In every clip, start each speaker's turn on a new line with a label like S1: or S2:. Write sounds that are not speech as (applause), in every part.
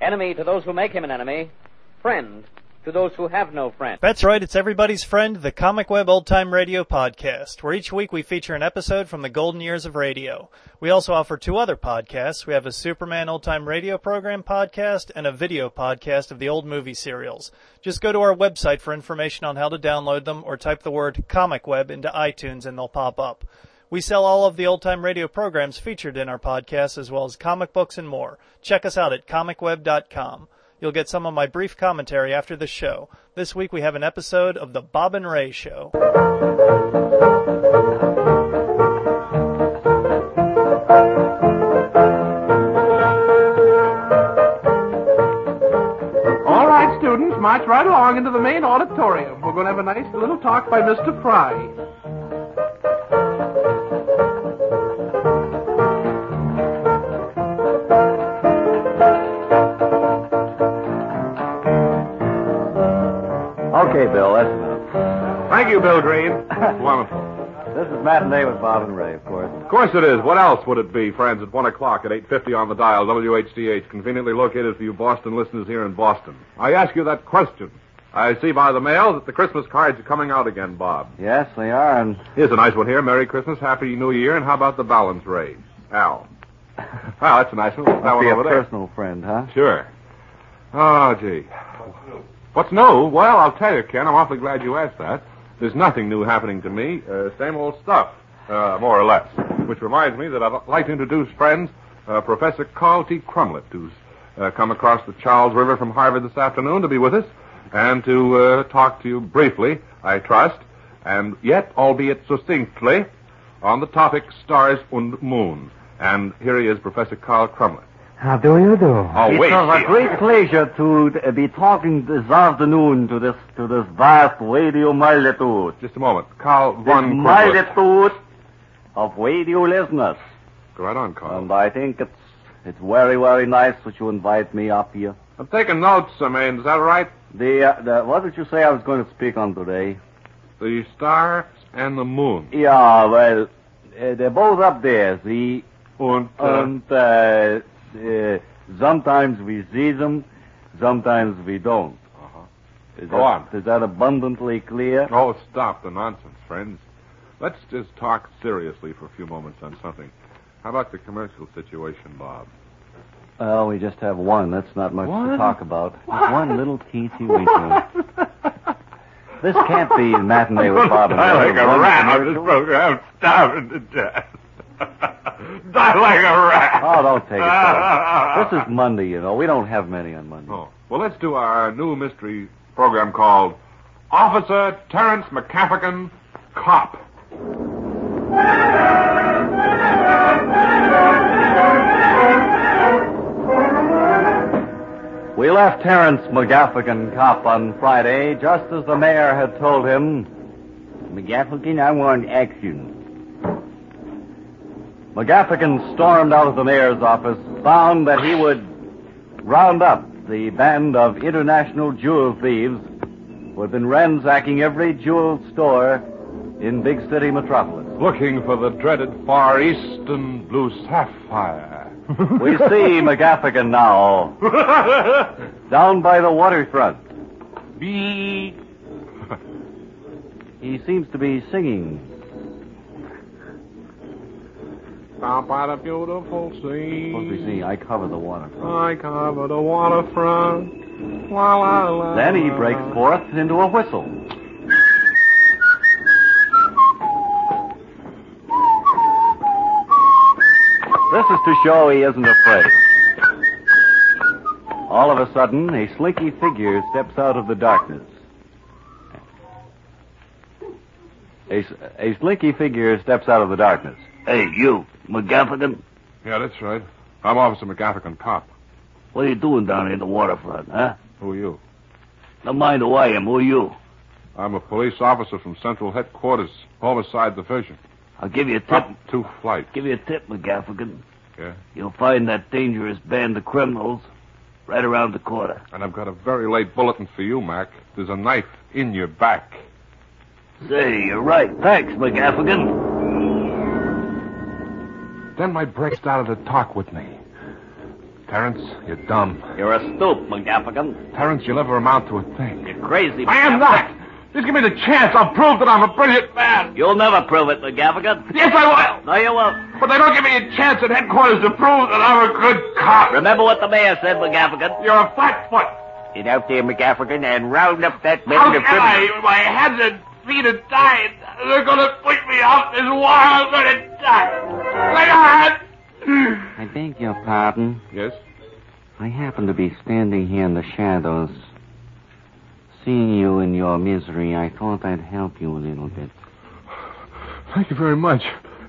S1: Enemy to those who make him an enemy, friend to those who have no friend.
S2: That's right, it's everybody's friend, the Comic Web Old Time Radio Podcast, where each week we feature an episode from the golden years of radio. We also offer two other podcasts. We have a Superman Old Time Radio Program podcast and a video podcast of the old movie serials. Just go to our website for information on how to download them or type the word Comic Web into iTunes and they'll pop up. We sell all of the old time radio programs featured in our podcast as well as comic books and more. Check us out at comicweb.com. You'll get some of my brief commentary after the show. This week we have an episode of The Bob and Ray Show.
S3: All right, students, march right along into the main auditorium. We're going to have a nice little talk by Mr. Fry.
S4: Okay, Bill, that's enough.
S5: Thank you,
S3: (laughs)
S5: Bill Green. Wonderful.
S4: This is matinee with Bob and Ray, of course.
S5: Of course it is. What else would it be, friends, at 1 o'clock at 8.50 on the dial, WHDH, conveniently located for you Boston listeners here in Boston? I ask you that question. I see by the mail that the Christmas cards are coming out again, Bob.
S4: Yes, they are, and
S5: Here's a nice one here. Merry Christmas, Happy New Year, and how about the balance raise?
S3: (laughs)
S5: Al. Wow, that's a nice one. That
S4: must
S5: one
S4: be a
S5: over there.
S4: personal friend, huh?
S5: Sure. Oh, gee. What's new? Well, I'll tell you, Ken. I'm awfully glad you asked that. There's nothing new happening to me. Uh, same old stuff, uh, more or less. Which reminds me that I'd like to introduce friends uh, Professor Carl T. Crumlett, who's uh, come across the Charles River from Harvard this afternoon to be with us and to uh, talk to you briefly, I trust, and yet, albeit succinctly, on the topic stars and moon. And here he is, Professor Carl Crumlett.
S6: How do you do?
S5: Oh,
S4: It's
S5: wait.
S4: a
S5: here.
S4: great pleasure to uh, be talking this afternoon to this to this vast radio multitude,
S5: Just a moment. Carl
S4: this
S5: von Crumlett.
S4: multitude of radio listeners.
S5: Go right on, Carl.
S4: And I think it's it's very very nice that you invite me up here.
S5: I'm taking notes, I mean. Is that right?
S4: The, uh, the what did you say I was going to speak on today?
S5: The stars and the moon.
S4: Yeah, well, uh, they're both up there. The
S5: Und, uh,
S4: And uh, uh, sometimes we see them, sometimes we don't.
S5: Uh-huh.
S4: Is
S5: Go
S4: that,
S5: on.
S4: Is that abundantly clear?
S5: oh, stop the nonsense, friends. Let's just talk seriously for a few moments on something. How about the commercial situation,
S4: (laughs)
S5: Bob?
S4: Well, we just have one. That's not much to
S5: One?
S4: talk about. One little
S5: (laughs)
S4: teensy weensy. This can't be matinee with Bob and
S5: die
S4: Ray.
S5: like a
S4: One
S5: rat on this
S4: commercial.
S5: program. I'm starving to death. (laughs) die like a rat.
S4: Oh, don't take it. Bob. this is Monday, you know. We don't have many on Monday.
S5: Oh. Well, let's do our new mystery program called Officer Terrence McCaffigan Cop.
S4: We left Terence McGaffigan Cop on Friday just as the mayor had told him. McGaffigan, I want action. McGaffigan stormed out of the mayor's office, bound that he would round up the band of international jewel thieves who had been ransacking every jewel store in big city metropolis.
S5: Looking for the dreaded Far Eastern blue sapphire.
S4: We (laughs) see
S5: (laughs)
S4: McGaffigan now down by the waterfront.
S5: Beep.
S4: He seems to be singing
S5: Stop by the beautiful sea.
S4: Supposed to be singing, I cover the waterfront.
S5: I cover the waterfront. La, la, la,
S4: Then he
S5: la,
S4: breaks
S5: la.
S4: forth into a whistle. This is to show he isn't afraid. All of a sudden, a slinky figure steps out of the darkness. A, s- a slinky figure steps out of the darkness. Hey, you, McGaffigan,
S5: Yeah, that's right. I'm Officer McGaffigan Cop.
S4: what are you doing down here in the waterfront, huh?
S5: Who are you?
S4: Don't mind who I am, who are you?
S5: I'm a police officer from Central Headquarters, Homicide Division.
S4: I'll give you a tip.
S5: Up to flight.
S4: Give you a tip, McGaffigan.
S5: Yeah.
S4: You'll find that dangerous band of criminals right around the corner.
S5: And I've got a very late bulletin for you, Mac. There's a knife in your back.
S4: Say, you're right. Thanks, McGaffigan.
S5: Then my break started to talk with me. Terrence, you're dumb.
S7: You're a stoop, McGaffigan.
S5: Terrence, you'll never amount to a thing.
S7: You're crazy.
S5: I am
S7: McGaffigan.
S5: not. Just give me the chance. I'll prove that I'm a brilliant man.
S7: You'll never prove it, McGaffigan.
S5: Yes, I will.
S7: No, you won't.
S5: But they don't give me a chance at headquarters to prove that I'm a good cop.
S7: Remember what the mayor said, McGaffigan.
S5: You're a flatfoot.
S7: Get out there, McGaffigan, and round up that
S5: How can I? My hands and feet are tied. They're gonna push me off this wall. I'm gonna die. My God.
S8: I beg your pardon.
S5: Yes?
S8: I happen to be standing here in the shadows. Seeing you in your misery, I thought I'd help you a little bit.
S5: Thank you very much.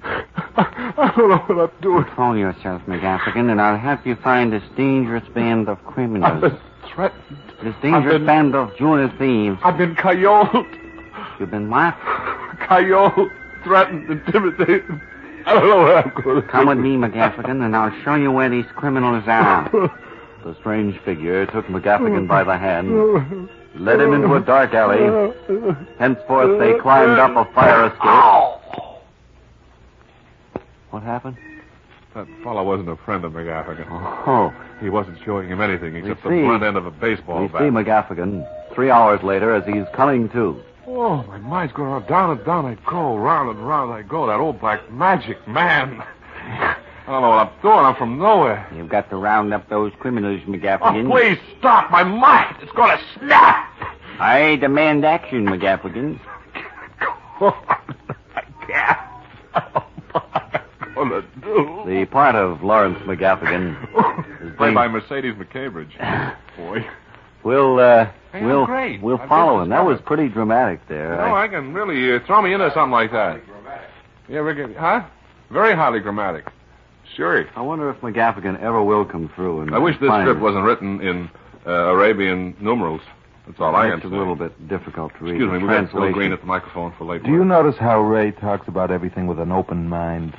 S5: I don't know what I'm doing.
S8: Control yourself, McGaffigan, and I'll help you find this dangerous band of
S5: I've
S8: criminals.
S5: been threatened.
S8: This
S5: I've
S8: dangerous
S5: been-
S8: band of jewel thieves.
S5: I've been coyoted.
S8: You've been what?
S5: Coyote threatened, intimidated. I don't know what I'm going to
S8: Come with me,
S5: (laughs)
S8: McGaffigan, and I'll show you where these criminals are.
S4: The strange figure took McGaffigan by the hand, led him into a dark alley. Henceforth, they climbed up a fire escape. What happened?
S5: That fellow wasn't a friend of McGaffigan.
S4: Oh,
S5: He wasn't showing him anything except the
S4: see.
S5: front end of a baseball
S8: Oh,
S4: we
S5: bat.
S4: see McGaffigan three hours later as he's coming to.
S5: Oh, my mind's going on. Down and down I go, round and round I go. That old black magic man. (laughs) I don't know what I'm doing. I'm from nowhere.
S8: You've got to round up those criminals,
S5: Oh,
S8: McGaffigan.
S5: please stop. My mind. It's going to snap.
S8: I demand action, McGaffigan.
S5: I can't. (laughs) I'm going to do.
S4: The part of Lawrence McGaffigan
S5: It's played by Mercedes McCambridge. (laughs) Boy.
S4: will, uh,
S5: Hey,
S4: will,
S5: I'm great.
S4: will
S5: I've
S4: follow
S5: just
S4: him. That was
S5: discovered.
S4: pretty dramatic there.
S5: No, I can really uh, throw me into something like that. Yeah, Ricky. Huh? Very highly grammatic. Sure.
S4: I wonder if McGaffigan ever will come through. And
S5: I wish this
S4: find
S5: script
S4: it.
S5: wasn't written in uh, Arabian numerals. That's all I can
S4: It's a
S5: say.
S4: little bit difficult to read.
S5: Excuse me,
S4: The
S5: we've got Bill
S4: translation.
S5: Green at the microphone for late
S9: Do you notice how Ray talks about everything with an open mind?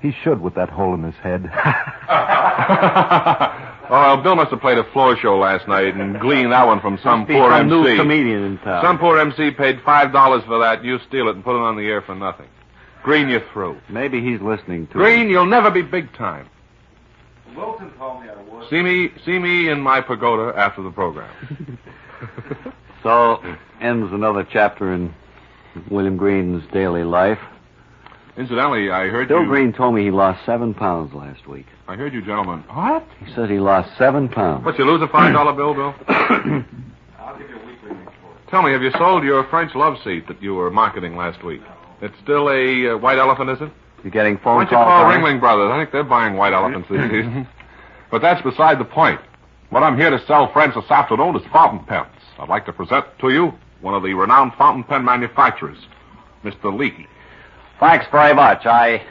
S9: He should with that hole in his head.
S4: (laughs)
S5: (laughs) oh, Bill must have played a floor show last night and gleaned that one from some
S4: Be
S5: poor
S4: some new
S5: MC.
S4: comedian in town.
S5: Some poor MC paid five dollars for that. You steal it and put it on the air for nothing. Green, you're through.
S4: Maybe he's listening to
S5: Green, you'll never be big time.
S9: Wilson told me I was.
S5: See me, see me in my pagoda after the (laughs) program.
S4: it. So ends another chapter in William Green's daily life.
S5: Incidentally, I heard
S4: Bill
S5: you.
S4: Green told me he lost seven pounds last week.
S5: I heard you, gentlemen. What?
S4: He said he lost seven pounds.
S5: What? You lose a five dollar bill, Bill?
S9: (coughs) I'll give you a weekly report.
S5: Tell me, have you sold your French love seat that you were marketing last week? It's still a uh, white elephant, is it?
S4: You're getting
S5: Why
S9: Oh,
S4: phone
S5: don't you call
S4: calls.
S5: Ringling Brothers? I think they're buying white elephants
S9: (laughs)
S5: this season. But that's beside the point. What I'm here to sell friends this afternoon is fountain pens. I'd like to present to you one of the renowned fountain pen manufacturers, Mr. Leakey.
S4: Thanks very much. I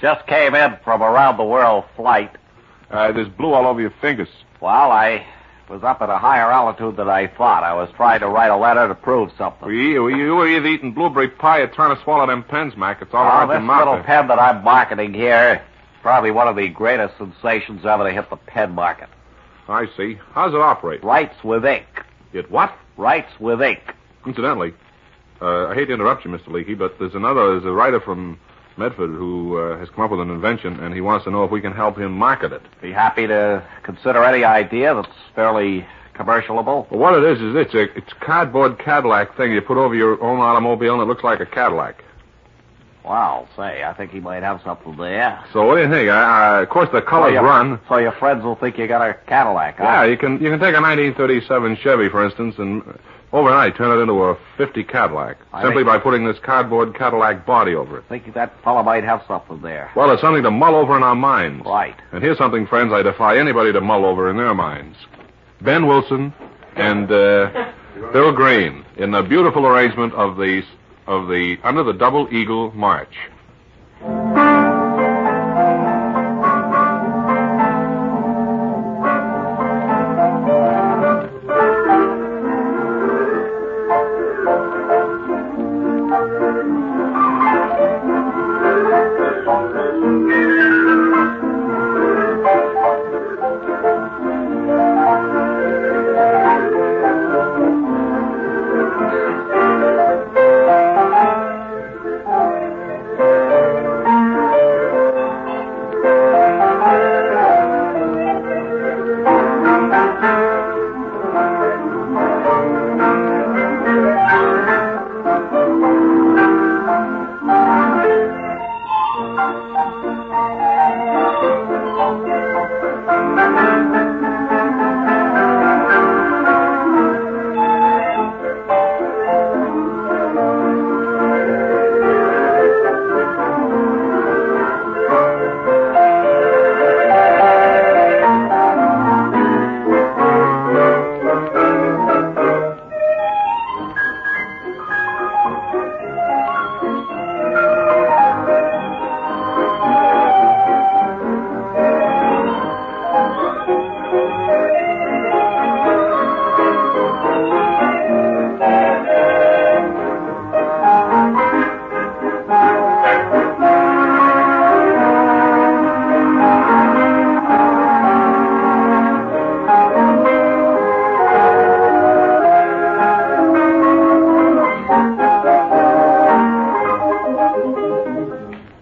S4: just came in from around the world flight.
S5: Uh, there's blue all over your fingers.
S4: Well, I was up at a higher altitude than I thought. I was trying to write a letter to prove something.
S5: We, we, you were either eating blueberry pie or trying to swallow them pens, Mac. It's all
S4: Well,
S9: Ah,
S5: around your
S4: this
S5: mouth.
S4: little
S5: there.
S4: pen that I'm marketing here, probably one of the greatest sensations ever to hit the pen market.
S5: I see. How's it operate?
S4: Writes with ink.
S5: It what?
S4: Writes with ink.
S5: Incidentally, uh, I hate to interrupt you, Mr. Leakey, but there's another, there's a writer from Medford who uh, has come up with an invention, and he wants to know if we can help him market it.
S4: Be happy to consider any idea that's fairly commercialable.
S5: Well, what it is is it's a it's a cardboard Cadillac thing you put over your own automobile, and it looks like a Cadillac.
S4: Well, say, I think he might have something there.
S5: So what do you think? I, I, of course, the
S4: So
S10: Oh,
S5: colors
S4: your-
S5: run.
S4: So your friends will think you got a Cadillac, huh?
S5: Yeah, you can you can take a 1937 Chevy, for instance, and overnight turn it into a 50 Cadillac
S4: I
S5: simply
S4: think-
S5: by putting this cardboard Cadillac body over it.
S4: Think that fellow might have something there.
S5: Well, it's something to mull over in our minds.
S4: Right.
S5: And here's something, friends, I defy anybody to mull over in their minds. Ben Wilson and uh, Bill Green in the beautiful arrangement of the of the under the double eagle march.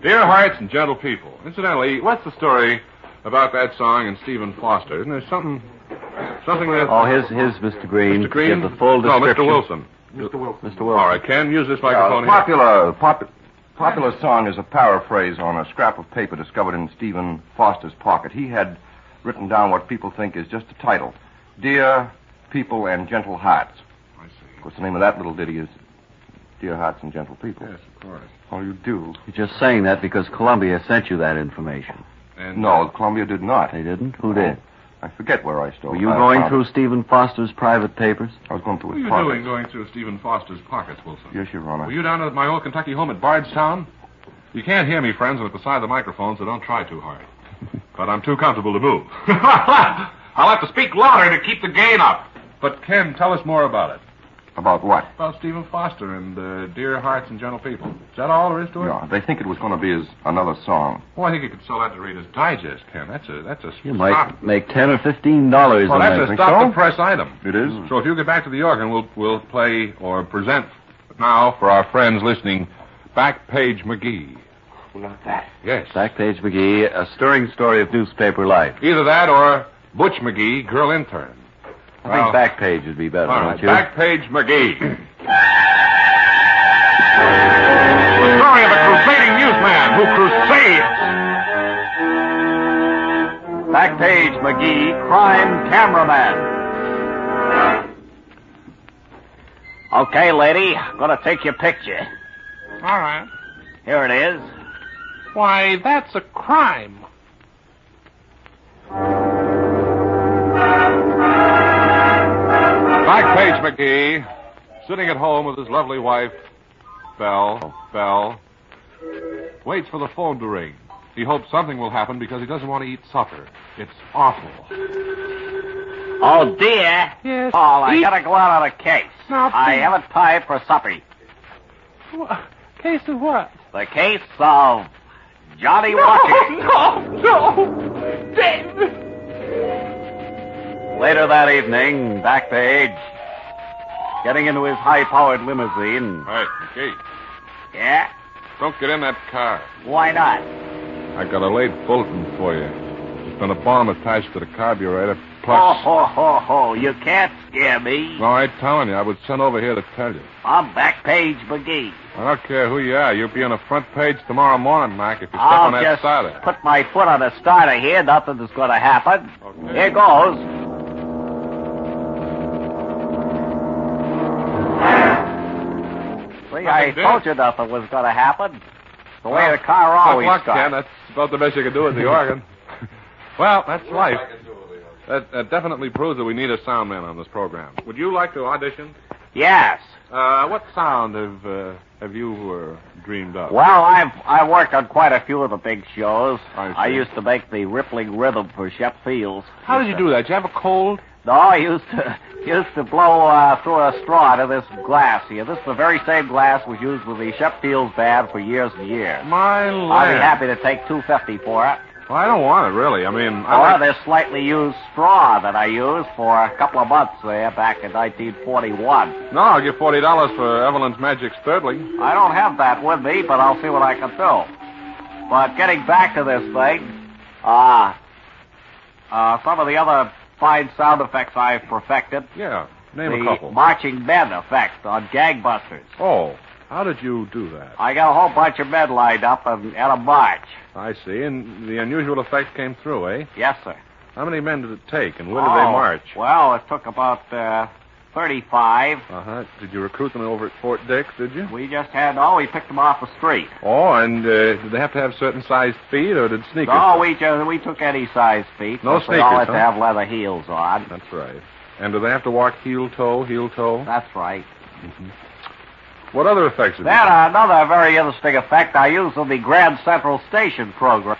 S5: Relax and gentle people. Incidentally, what's the story about that song and Stephen Foster? Isn't there something, something that
S11: Oh, his, his, Mr. Green.
S5: Mr. Green?
S11: Give the full
S5: no,
S11: description.
S5: Mr. Wilson.
S12: Mr. Wilson.
S11: Mr. Wilson.
S5: All right, Ken, use this microphone.
S12: Uh,
S5: here.
S12: popular, pop, popular song is a paraphrase on a scrap of paper discovered in Stephen Foster's pocket. He had written down what people think is just a title Dear People and Gentle Hearts.
S5: I see.
S12: Of course, the name of that little ditty is Dear Hearts and Gentle People.
S5: Yes, Oh, of course.
S12: All you do.
S10: You're just saying that because Columbia sent you that information.
S5: And uh,
S12: No, Columbia did not.
S10: They didn't? Who
S5: Oh.
S10: did?
S12: I forget where I stole
S10: Were you
S12: I
S10: going
S12: found-
S10: through Stephen Foster's private papers?
S12: I was going through
S5: What
S12: his
S5: were you
S12: pocket.
S5: doing going through Stephen Foster's pockets, Wilson?
S12: Yes, Your Honor.
S5: Were you down at my old Kentucky home at Bardstown? You can't hear me, friends, and at the side of the microphone, so don't try too hard. But I'm too comfortable to move. (laughs) I'll have to speak louder to keep the gain up. But, Ken, tell us more about it.
S12: About what?
S5: About Stephen Foster and uh, Dear Hearts and Gentle People. Is that all there is to it?
S12: Yeah, they think it was going to be his, another song.
S5: Well, I think you could sell that to Reader's Digest, Ken. That's a that's a
S10: You
S5: stop.
S10: might make ten or fifteen dollars
S5: Well,
S10: on
S5: that's
S10: that.
S5: a
S12: think
S5: stop
S12: so.
S5: the press item.
S12: It is?
S5: So if you get back to the organ, we'll we'll play or present now for our friends listening, Backpage McGee.
S10: not that.
S5: Yes.
S10: Backpage McGee, a stirring story of newspaper life.
S5: Either that or Butch McGee, girl intern.
S10: I
S5: Well-
S10: think Backpage would be better,
S5: All
S10: don't
S5: right,
S10: you?
S5: Backpage McGee. the story of a crusading newsman who crusades.
S11: Backpage McGee, crime cameraman.
S4: Okay, lady, I'm gonna take your picture.
S13: All right.
S4: Here it is.
S13: Why, that's a crime.
S5: Backpage McGee, sitting at home with his lovely wife, Belle. Belle waits for the phone to ring. He hopes something will happen because he doesn't want to eat supper. It's awful.
S4: Oh, dear.
S13: Yes.
S4: Paul, I
S13: Eat-
S4: gotta go out on a case.
S13: Now,
S4: I
S13: please.
S4: have a tie for supper.
S13: Wha- Case of what?
S4: The case of Johnny Walker.
S13: no, David.
S10: Later that evening, Backpage, getting into his high-powered limousine.
S5: All right, McGee,
S4: Yeah?
S5: don't get in that car.
S4: Why not?
S5: I got a late bulletin for you. There's been a bomb attached to the carburetor.
S4: Oh,
S5: Plus,
S4: ho, ho, ho. You can't scare me.
S5: no, I ain't telling you. I was sent over here to tell you.
S4: I'm Backpage McGee.
S5: I don't care who you are. You'll be on the front page tomorrow morning, Mac, if you step
S4: I'll
S5: on that
S4: just
S5: starter.
S4: put my foot on a starter here. Nothing's gonna happen.
S5: Okay.
S4: Here goes. See, I
S5: Nothing did.
S4: told you nothing was gonna happen. The way
S5: Well,
S4: the car always
S5: Tough luck,
S4: starts.
S5: Ken. That's about the best you can do with the organ. (laughs) well, that's life. That, that definitely proves that we need a sound man on this program. Would you like to audition?
S4: Yes.
S5: Uh, what sound have uh, have you uh, dreamed of?
S4: Well, I've I worked on quite a few of the big shows.
S5: I see.
S4: used to make the rippling rhythm for Shep Fields.
S5: How did you do that? Did you have a cold?
S4: No, I used to (laughs) used to blow uh, through a straw into this glass here. This is the very same glass was used with the Shep Fields band for years and years.
S5: My
S4: I'll
S5: land.
S4: be happy to take two fifty for it.
S5: Well, I don't want it really. I mean, I
S4: Or
S5: like-
S4: this slightly used straw that I used for a couple of months there back in 1941.
S5: no. I'll give forty dollars for Evelyn's Magic Stirling.
S4: I don't have that with me, but I'll see what I can do. But getting back to this thing, uh, uh, some of the other fine sound effects I've perfected.
S5: Yeah, name
S4: the
S5: a couple.
S4: marching men effect on gangbusters.
S5: Oh, how did you do that?
S4: I got a whole bunch of men lined up and at a march.
S5: I see, and the unusual effect came through, eh?
S4: Yes, sir.
S5: How many men did it take, and where
S4: When
S5: did they march?
S4: Well, it took about uh, 35.
S5: Uh huh. Did you recruit them over at Fort Dix? Did you?
S4: We just had, oh, we picked them off the street.
S5: Oh, and uh, did they have to have certain sized feet, or did sneakers?
S4: No, Oh, we just, we took any size feet.
S5: No
S4: but We all
S5: sneakers,
S4: had
S5: huh?
S4: to have leather heels on.
S5: That's right. And do they have to walk heel toe, heel toe?
S4: That's right.
S5: What other effects? have you
S4: Then uh, another very interesting effect I used on the Grand Central Station program.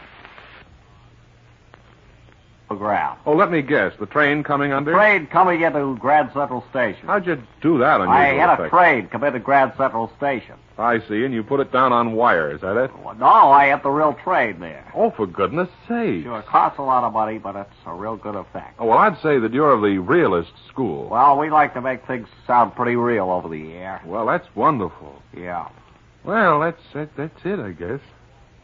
S4: Program.
S5: Oh, let me guess. The train coming under.
S4: Train coming into Grand Central Station.
S5: How'd you do that unusual
S4: I had a
S5: effect?
S4: train come into Grand Central Station.
S5: I see, and you put it down on wire. Is that it?
S4: Well, No, I had the real train there.
S5: Oh, for goodness' sake!
S4: Sure, it costs a lot of money, but it's a real good effect.
S5: Oh, well, I'd say that you're of the realist school.
S4: Well, we like to make things sound pretty real over the air.
S5: Well, that's wonderful.
S4: Yeah.
S5: Well, that's that, that's it, I guess.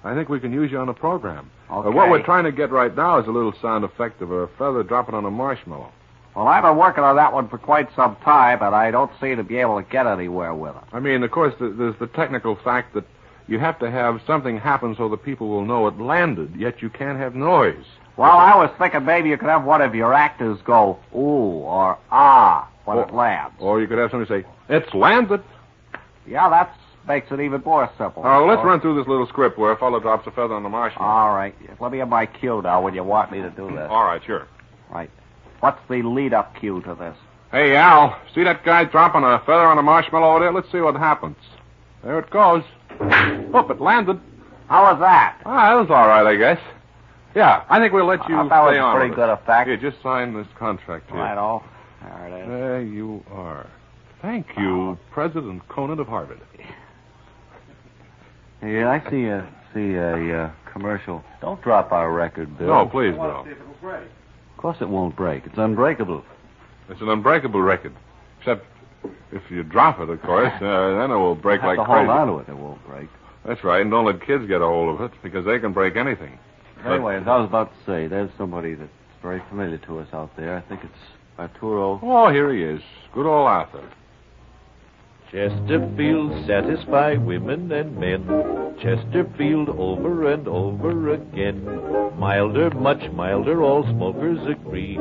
S5: I think we can use you on the program.
S6: Okay.
S5: Uh, what we're trying to get right now is a little sound effect of a feather dropping on a marshmallow.
S6: Well, I've been working on that one for quite some time, and I don't seem to be able to get anywhere with it.
S5: I mean, of course, th- there's the technical fact that you have to have something happen so that people will know it landed, yet you can't have noise.
S6: Well, I was thinking maybe you could have one of your actors go ooh or ah when it
S5: Oh.
S6: lands.
S5: Or you could have somebody say, It's landed.
S6: Yeah, that makes it even more simple.
S5: Now, let's
S6: Oh.
S5: run through this little script where a fellow drops a feather on a marshmallow.
S6: All right, let me have my cue now when you want me to do
S4: Uh,
S6: this.
S5: All right, sure.
S6: Right. What's the lead-up cue to this?
S5: Hey, Al, see that guy dropping a feather on a marshmallow over there? Let's see what happens. There it goes. Oop, it landed.
S6: How was that?
S5: Ah, that was all right, I guess. Yeah, I think we'll let you
S6: I thought
S5: stay
S6: it Uh, was
S5: on.
S6: pretty
S5: with
S6: good
S5: it.
S6: effect.
S5: Here, just sign this contract here.
S6: Right off. There it is.
S5: There you are. Thank you, President Conant of Harvard.
S4: Yeah, I see a see a uh, commercial. Don't drop our record, Bill.
S5: No, Oh, please, Bill.
S4: Of course it won't break. It's unbreakable.
S5: It's an unbreakable record. Except if you drop it, of course, uh, then it will break
S4: Have
S5: like
S4: to
S5: crazy.
S4: hold on to it. It won't break.
S5: That's right, and don't let kids get a hold of it because they can break anything.
S4: Anyway, as I was about to say, there's somebody that's very familiar to us out there. I think it's Arturo.
S5: Oh, here he is. Good old Arthur.
S14: Chesterfield satisfy women and men. Chesterfield over and over again. Milder, much milder, all smokers agree.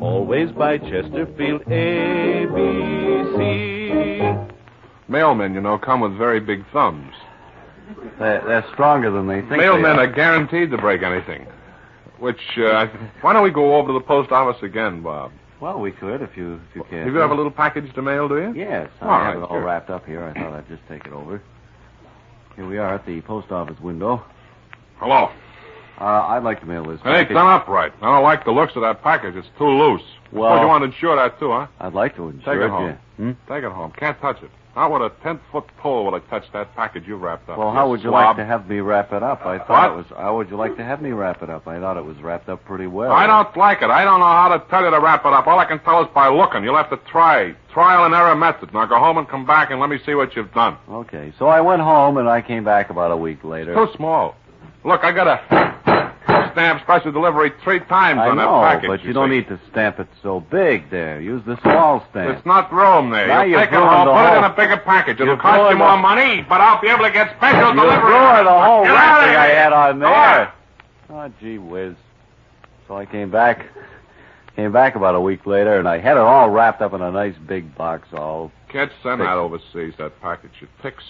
S14: Always by Chesterfield A, B, C.
S5: Mailmen, you know, come with very big thumbs.
S4: They're, they're stronger than they think.
S5: Mailmen are guaranteed to break anything. Which, uh, I- why don't we go over to the post office again, Bob?
S4: Well, we could if you if you can.
S5: Have you have a little package to mail, do you?
S4: Yes, I
S5: All
S4: have
S5: right,
S4: it all
S5: sure.
S4: wrapped up here. I thought I'd just take it over. Here we are at the post office window.
S5: Hello.
S4: Uh, I'd like to mail this.
S5: It ain't
S4: package.
S5: done up right. I don't like the looks of that package. It's too loose.
S4: Well-
S5: Thought you wanted to insure that, too, huh?
S4: I'd like to insure
S5: Take it
S4: it.
S5: home.
S4: yeah. Hmm?
S5: Take it home. Can't touch it. Not with a ten-foot pole would I touch that package you wrapped up.
S4: Well, how would you like
S5: slob.
S4: to have me wrap it up? I
S5: Uh,
S4: thought
S5: What?
S4: it was. How would you like to have me wrap it up? I thought it was wrapped up pretty well.
S5: I don't like it. I don't know how to tell you to wrap it up. All I can tell is by looking. You'll have to try. Trial and error method. Now go home and come back and let me see what you've done.
S4: Okay, so I went home and I came back about a week later.
S5: Too small. Look, I got a stamp special delivery three times
S4: I
S5: on
S4: know,
S5: that package.
S4: but you, don't
S5: see.
S4: need to stamp it so big there. Use the small stamp.
S5: It's not room there.
S4: Now
S5: you
S4: you've
S5: take it
S4: ruined
S5: home,
S4: the
S5: put it in
S4: whole-
S5: a bigger package. It'll
S4: You've
S5: cost you
S4: ruined
S5: more
S4: the-
S5: money, but I'll be able to get special
S4: You
S5: delivery.
S4: ruined the whole
S5: Get out of
S4: wrapping I
S5: here.
S4: had on
S5: Go
S4: there.
S5: on.
S4: Oh, gee whiz. So I came back, came back about a week later, and I had it all wrapped up in a nice big box. All
S5: Can't send
S4: Thanks.
S5: that overseas, that package. It ticks.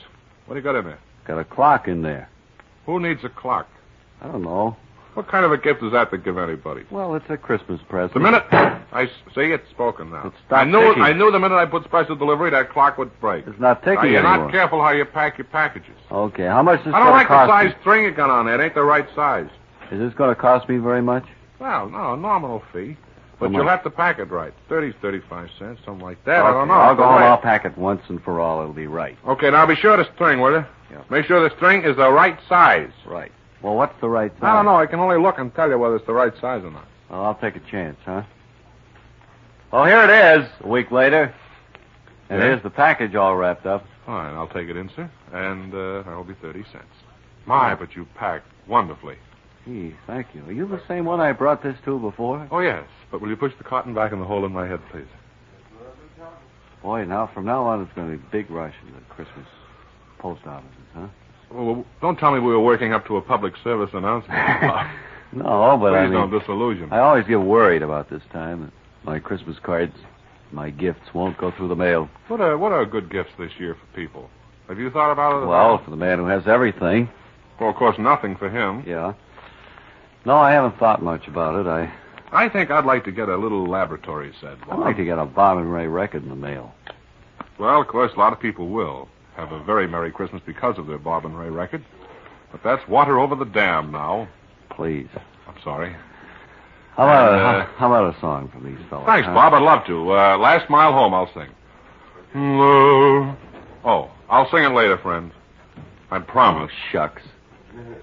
S5: What do you got in there?
S4: got a clock in there.
S5: Who needs a clock?
S4: I don't know.
S5: What kind of a gift is that to give anybody?
S4: Well, it's a Christmas present.
S5: The minute I s- see it's spoken now.
S4: It stopped
S5: I knew
S4: ticking.
S5: I knew the minute I put special delivery that clock would break.
S4: It's not
S5: Now,
S4: ticking
S5: you're
S4: anymore.
S5: not careful how you pack your packages.
S4: okay, how much is this
S5: I don't
S4: going
S5: like
S4: to
S5: the
S4: cost
S5: size string you got on there. It ain't the right size.
S4: me? Is this going to cost me very much?
S5: Well, no, nominal fee. But
S4: How
S5: you'll
S4: much?
S5: have to pack it right. Thirty, thirty-five cents, something like that. I
S4: Okay,
S5: don't know.
S4: I'll go
S5: It's
S4: home.
S5: the
S4: I'll
S5: way-
S4: pack it once and for all. It'll be right.
S5: Okay, now be sure the string, will you?
S4: Yeah.
S5: Make sure the string is the right size.
S4: Right. Well, what's the right size?
S5: I don't know. I can only look and tell you whether it's the right size or not.
S4: Well, I'll take a chance, huh? Well, here it is. A week later, and
S5: Yeah.
S4: here's the package all wrapped up.
S5: Fine, I'll take it in, sir. And uh, that'll be 30 cents. My, but you packed wonderfully.
S4: Gee, thank you. Are you the same one I brought this to before?
S5: Oh, yes. But will you push the cotton back in the hole in my head, please?
S4: Boy, now from now on, it's going to be a big rush in the Christmas post offices, huh?
S5: Well, don't tell me we were working up to a public service announcement. (laughs)
S4: No, but
S5: please
S4: I mean,
S5: don't disillusion.
S4: I always get worried about this time. that My Christmas cards, my gifts won't go through the mail.
S5: What, are, what are good gifts this year for people? Have you thought about it? at
S4: Well,
S5: all?
S4: for the man who has everything,
S5: Well, of course, nothing for him.
S4: Yeah. No, I haven't thought much about it. I,
S5: I think I'd like to get a little laboratory set.
S4: I'd
S5: Bob.
S4: like to get a Bob and Ray record in the mail.
S5: Well, of course, a lot of people will have a very Merry Christmas because of their Bob and Ray record. But that's water over the dam now.
S4: Please.
S5: I'm sorry.
S4: How about, a,
S5: Uh,
S4: how, how about a song from these fellas?
S5: Thanks,
S4: huh?
S5: Bob. I'd love to. Uh, last mile home, I'll sing. Hello. Oh, I'll sing it later, friend. I promise.
S4: Shucks.
S5: Yeah.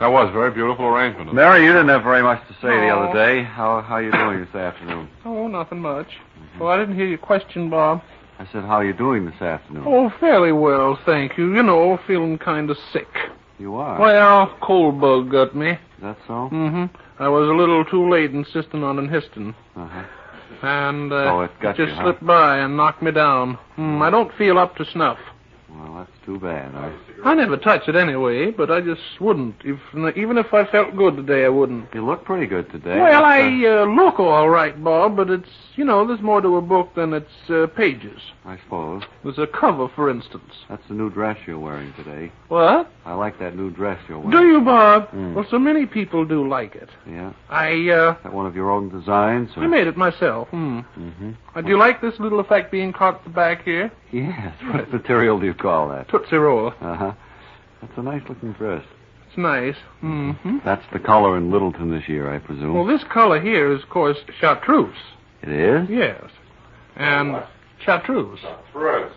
S5: That was a very beautiful arrangement.
S4: Mary, you didn't have very much to say the
S15: No.
S4: other day. How how you doing this afternoon?
S15: Oh, nothing much. Well, I didn't hear your question, Bob.
S4: I said, how you doing this afternoon?
S15: Oh, fairly well, thank you. You know, feeling kind of sick.
S4: You are.
S15: Well, cold bug got me.
S4: Is that so?
S15: Mm-hmm. I was a little too late insisting on an histon,
S4: Uh-huh.
S15: and uh,
S4: Oh, it got
S15: just
S4: you, huh?
S15: slipped by and knocked me down. Mm, I don't feel up to snuff.
S4: Well, that's too bad. I,
S15: I never touch it anyway, but I just wouldn't. If even if I felt good today, I wouldn't.
S4: you look pretty good today.
S15: Well,
S4: But,
S15: I
S4: uh,
S15: uh, look all right, Bob, but it's you know there's more to a book than its uh, pages.
S4: I suppose.
S15: There's a cover, for instance.
S4: That's the new dress you're wearing today.
S15: What?
S4: I like that new dress you're wearing.
S15: Do you, Bob?
S4: Mm.
S15: Well, so many people do like it.
S4: Yeah.
S15: I uh,
S4: That one of your own designs?
S15: I made it myself. Hmm.
S4: Mm-hmm.
S15: Uh, do you like this little effect being caught at the back here?
S4: Yes. (laughs) What material do you call that?
S15: Tootsie roll.
S4: Uh-huh. That's a nice looking dress.
S15: It's nice. Mm-hmm.
S4: That's the color in Littleton this year, I presume.
S15: Well, this color here is, of course, chartreuse.
S4: it is?
S15: Yes. And chartreuse.
S5: Perez.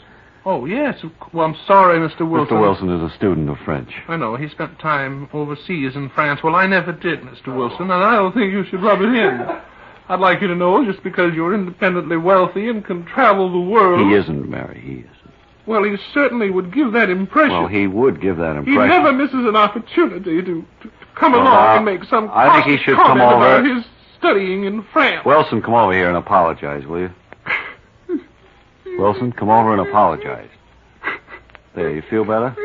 S15: Oh, yes. of cou- Well, I'm sorry, Mr. Wilson.
S4: Mr. Wilson is a student of French.
S15: I know. He spent time overseas in France. Well, I never did, Mr. Wilson, and I don't think you should rub it in. I'd like you to know just because you're independently wealthy and can travel the world.
S4: He isn't, Mary. He is.
S15: Well, he certainly would give that impression.
S4: Well, he would give that
S15: He
S4: impression.
S15: never misses an opportunity to, to, to come
S4: Well,
S15: along
S4: now,
S15: and make some
S4: I think he
S15: caustic
S4: should
S15: comment
S4: come over-
S15: about his studying in France.
S4: Wilson, come over here and apologize, will you?
S15: (laughs)
S4: Wilson, come over and apologize. There, you feel better?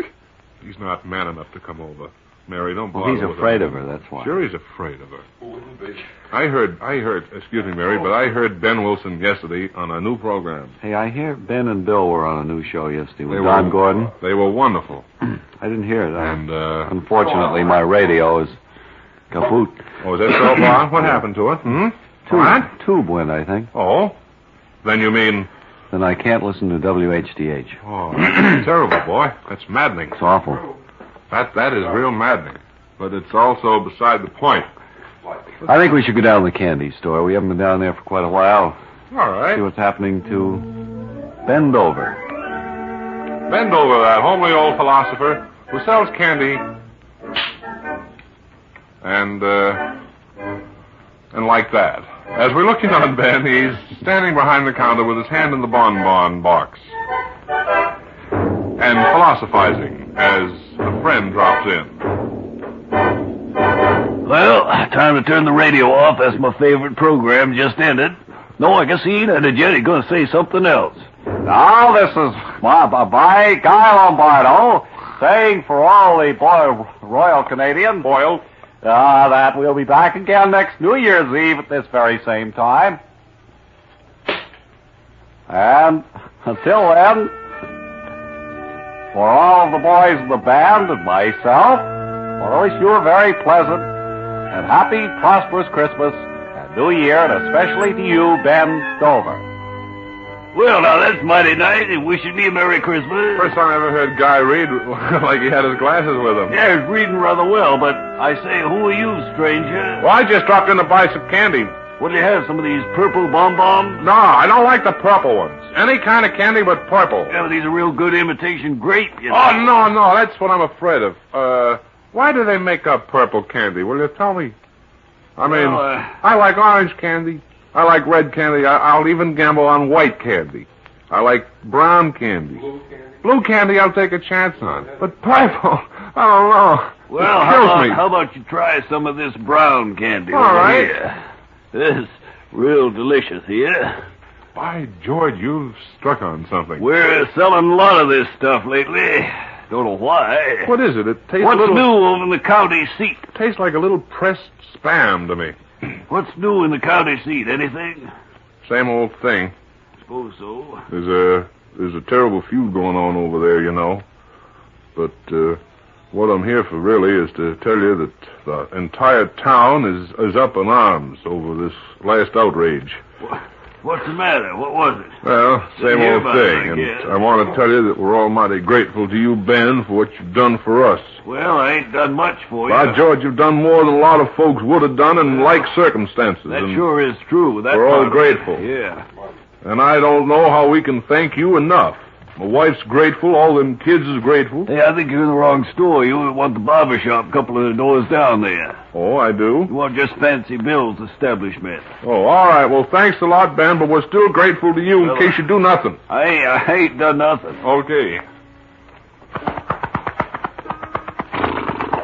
S5: He's not man enough to come over. Mary, don't
S4: Well,
S5: bother.
S4: he's
S5: with
S4: afraid
S5: him.
S4: of her, that's why.
S5: Sure, he's afraid of her. I heard, I heard, excuse me, Mary, but I heard Ben Wilson yesterday on a new program.
S4: Hey, I hear Ben and Bill were on a new show yesterday with
S5: They
S4: Don
S5: were-
S4: Gordon.
S5: They were wonderful.
S4: I didn't hear it. I-
S5: And, uh.
S4: unfortunately, my radio is kaput.
S5: Oh, is that so
S4: (coughs)
S5: far? What happened to it? Hmm?
S4: Tube,
S5: What?
S4: tube went, I think.
S5: Oh? Then you mean.
S4: Then I can't listen to WHDH.
S5: Oh, that's terrible, boy. That's maddening.
S4: It's awful.
S5: That That is real maddening. But it's also beside the point.
S4: I think we should go down to the candy store. We haven't been down there for quite a while.
S5: All right.
S4: See what's happening to Bend Over.
S5: Bend over that homely old philosopher who sells candy and uh, and like that. As we're looking on Ben, he's standing behind the counter with his hand in the bonbon box and philosophizing as a friend drops in.
S4: Well, time to turn the radio off. That's my favorite program. Just ended. No, I guess he ain't ended yet. He's going to say something else.
S6: Now, this is
S4: Bye bye bye. Guy Lombardo saying for all the boy, Royal Canadian. Boiled. Ah, that we'll be back again next New Year's Eve at this very same time. And until then, for all the boys in the band and myself, I wish you a very pleasant and happy, prosperous Christmas and New Year, and especially to you, Ben Stover. Well, now that's mighty nice. and Wishing me a Merry Christmas.
S5: First time I ever heard (laughs) Guy
S4: (laughs)
S5: read like he had his glasses with him.
S4: Yeah, he's reading rather well, but I say, who are you, stranger?
S5: Well, I just dropped in to buy some candy.
S4: What do you have? Some of these purple bonbons?
S5: No, I don't like the purple ones. Any kind of candy but purple.
S4: Yeah, but these are real good imitation grape. You know.
S5: Oh, no, no, that's what I'm afraid of. Uh, why do they make up purple candy? Will you tell me? I mean,
S4: Well, uh,
S5: I like orange candy. I like red candy. I, I'll even gamble on white candy. I like brown candy. Blue candy, I'll take a chance on. But purple, (laughs) I don't know.
S4: well,
S5: it
S4: how
S5: kills
S4: about,
S5: me.
S4: how about you try some of this brown candy?
S5: All
S4: over
S5: right.
S4: Here? This is real delicious here.
S5: By George, you've struck on something.
S4: We're selling a lot of this stuff lately. Don't know why.
S5: What is it? It tastes
S4: What's
S5: a little,
S4: new over in the county seat?
S5: tastes like a little pressed spam to me.
S4: What's new in the county seat? Anything?
S5: Same old thing.
S4: Suppose so.
S5: There's a there's a terrible feud going on over there, you know. But uh, what I'm here for really is to tell you that the entire town is is up in arms over this last outrage.
S4: What's the matter? What was it?
S5: Well, same
S4: hear
S5: old
S4: about it,
S5: thing.
S4: I
S5: and
S4: guess.
S5: I want to tell you that we're almighty grateful to you, Ben, for what you've done for us.
S4: Well, I ain't done much for you.
S5: By George, you've done more than a lot of folks would have done in like circumstances.
S4: That
S5: and,
S4: sure is true. That
S5: um, We're all
S4: part of it.
S5: grateful.
S4: Yeah.
S5: and I don't know how we can thank you enough. My wife's grateful. All them kids is grateful.
S16: Hey, I think you're in the wrong store. You want the barber shop a couple of doors down there.
S5: Oh, I do.
S16: You want just Fancy Bill's establishment.
S5: Oh, all right. Well, thanks a lot, Ben, but we're still grateful to you in
S16: Well,
S5: case you do nothing.
S16: Hey, I ain't done nothing.
S5: Okay.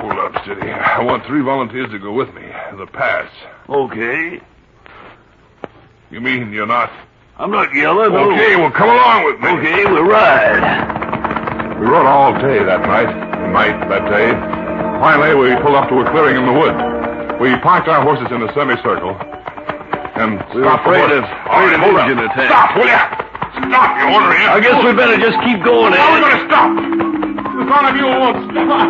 S5: Hold up, City. I want three volunteers to go with me. The pass.
S16: Okay.
S5: You mean you're not?
S16: I'm not yelling. no.
S5: Okay, well, come along with me.
S16: Okay, we'll ride.
S5: We rode all day that night, and night that day. Finally, we pulled up to a clearing in the wood. We parked our horses in a semicircle and
S16: We were
S5: stopped
S16: afraid
S5: the horses.
S16: of-
S5: All
S16: afraid
S5: right,
S16: of
S5: hold up.
S16: engine attack.
S5: Stop, will you? Stop, you ornery
S16: I guess we better just keep going, eh?
S5: How are we
S16: Ed.
S5: going to stop? The thought of you won't stop.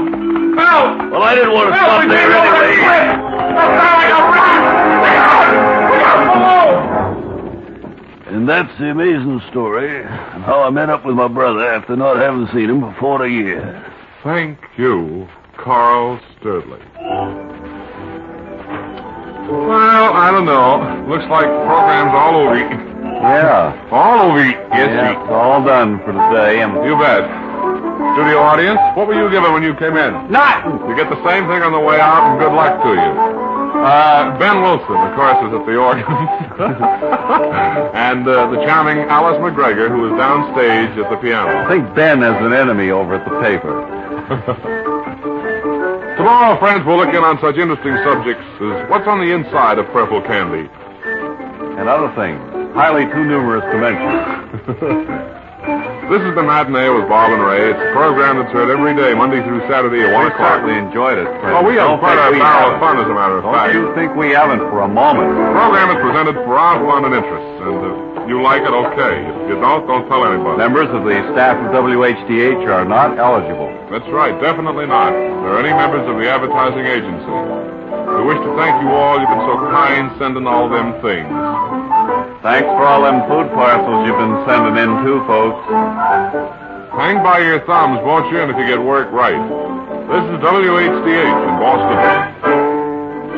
S5: Help!
S16: Well, I didn't want to
S5: Help!
S16: stop
S5: we
S16: there
S5: came over
S16: anyway.
S5: that cliff. That sounded like a rock. Look out! Look out below!
S16: And that's the amazing story of how I met up with my brother after not having seen him for 40 years.
S5: Thank you, Carl Sturley. Well, I don't know. Looks like program's all over.
S4: Yeah.
S5: All over. Yes,
S4: yeah, it's all done for today. And
S5: You bet. Studio audience, what were you given when you came in?
S4: Nothing.
S5: You get the same thing on the way out, and good luck to you. Uh, ben Wilson, of course, is at the organ. (laughs) and uh, the charming Alice McGregor, who is downstage at the piano.
S4: I think Ben has an enemy over at the paper.
S5: Tomorrow, friends, we'll look in on such interesting subjects as what's on the inside of purple candy.
S4: And other things. Highly too numerous to mention.
S5: (laughs) This is the matinee with Bob and Ray. It's a program that's heard every day, Monday through Saturday at 1
S4: We
S5: o'clock.
S4: certainly enjoyed it. Fred.
S5: Oh, we have
S4: Don't
S5: quite a
S4: think we
S5: barrel of
S4: haven't.
S5: fun, as a matter of
S4: Don't
S5: fact.
S4: you think we haven't for a moment.
S5: The program is presented for our fun and interest, and if you like it, okay. If you don't, don't tell anybody.
S4: Members of the staff of WHDH are not eligible.
S5: That's right, definitely not. There are any members of the advertising agency. We wish to thank you all. You've been so kind sending all them things.
S4: Thanks for all them food parcels you've been sending in too, folks.
S5: Hang by your thumbs, won't you? And if you get work right. This is WHDH in Boston.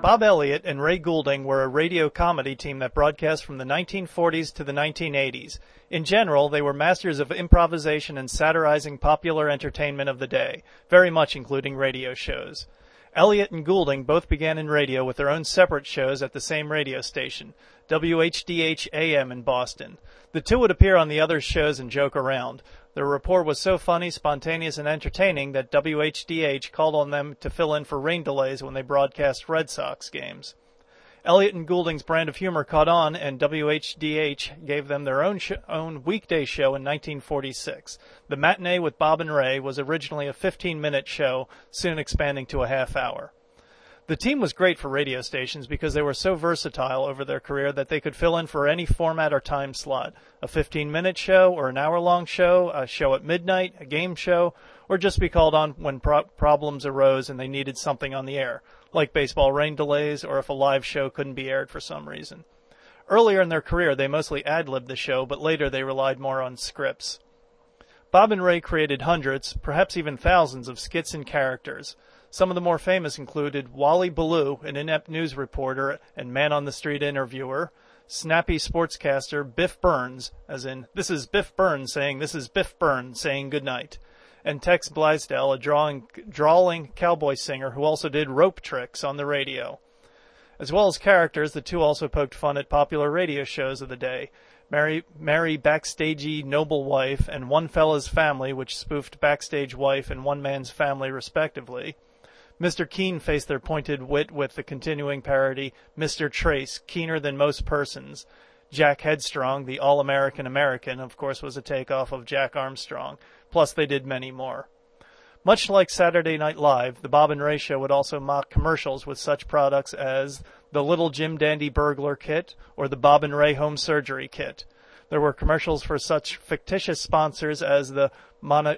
S2: Bob Elliott and Ray Goulding were a radio comedy team that broadcast from the 1940s to the 1980s. In general, they were masters of improvisation and satirizing popular entertainment of the day, very much including radio shows. Elliott and Goulding both began in radio with their own separate shows at the same radio station, WHDH AM in Boston. The two would appear on the other shows and joke around. Their rapport was so funny, spontaneous, and entertaining that WHDH called on them to fill in for rain delays when they broadcast Red Sox games. Elliott and Goulding's brand of humor caught on, and WHDH gave them their own, sh- own weekday show in 1946. The Matinee with Bob and Ray was originally a 15 minute show, soon expanding to a half hour. The team was great for radio stations because they were so versatile over their career that they could fill in for any format or time slot a 15 minute show, or an hour long show, a show at midnight, a game show, or just be called on when pro- problems arose and they needed something on the air, like baseball rain delays or if a live show couldn't be aired for some reason. Earlier in their career, they mostly ad libbed the show, but later they relied more on scripts. Bob and Ray created hundreds, perhaps even thousands, of skits and characters. Some of the more famous included Wally Ballou, an inept news reporter and man on the street interviewer, snappy sportscaster Biff Burns, as in, this is Biff Burns saying, this is Biff Burns saying goodnight, and Tex Blaisdell, a drawing, drawling cowboy singer who also did rope tricks on the radio. As well as characters, the two also poked fun at popular radio shows of the day. Mary, Mary Backstagey Noble Wife and One Fella's Family, which spoofed Backstage Wife and One Man's Family respectively. Mr. Keene faced their pointed wit with the continuing parody, Mr. Trace, Keener Than Most Persons. Jack Headstrong, the All American American, of course, was a takeoff of Jack Armstrong. Plus, they did many more. Much like Saturday Night Live, the Bob and Ray Show would also mock commercials with such products as the Little Jim Dandy Burglar Kit or the Bob and Ray Home Surgery Kit. There were commercials for such fictitious sponsors as the Mono-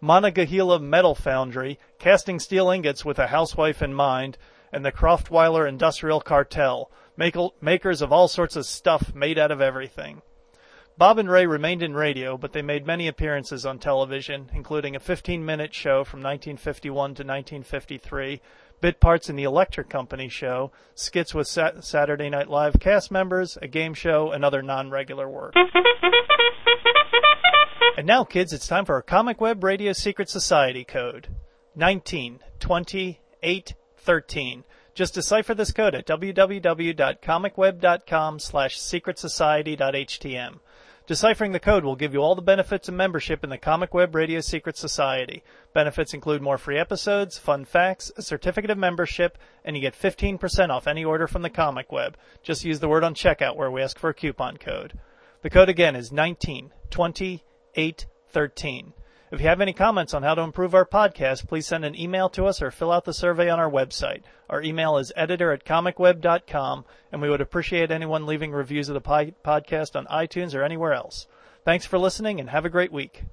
S2: Monongahela Metal Foundry, casting steel ingots with a housewife in mind, and the Croftweiler Industrial Cartel, makel- makers of all sorts of stuff made out of everything. Bob and Ray remained in radio, but they made many appearances on television, including a 15 minute show from 1951 to 1953, bit parts in The Electric Company show, skits with Sat- Saturday Night Live cast members, a game show, and other non regular work. And now, kids, it's time for our Comic Web Radio Secret Society code 19, 20, 8, 13. Just decipher this code at www.comicweb.com slash secretsociety.htm. Deciphering the code will give you all the benefits of membership in the Comic Web Radio Secret Society. Benefits include more free episodes, fun facts, a certificate of membership, and you get 15% off any order from the Comic Web. Just use the word on checkout where we ask for a coupon code. The code again is 192013. If you have any comments on how to improve our podcast, please send an email to us or fill out the survey on our website. Our email is editor at comicweb.com, and we would appreciate anyone leaving reviews of the pi- podcast on iTunes or anywhere else. Thanks for listening and have a great week.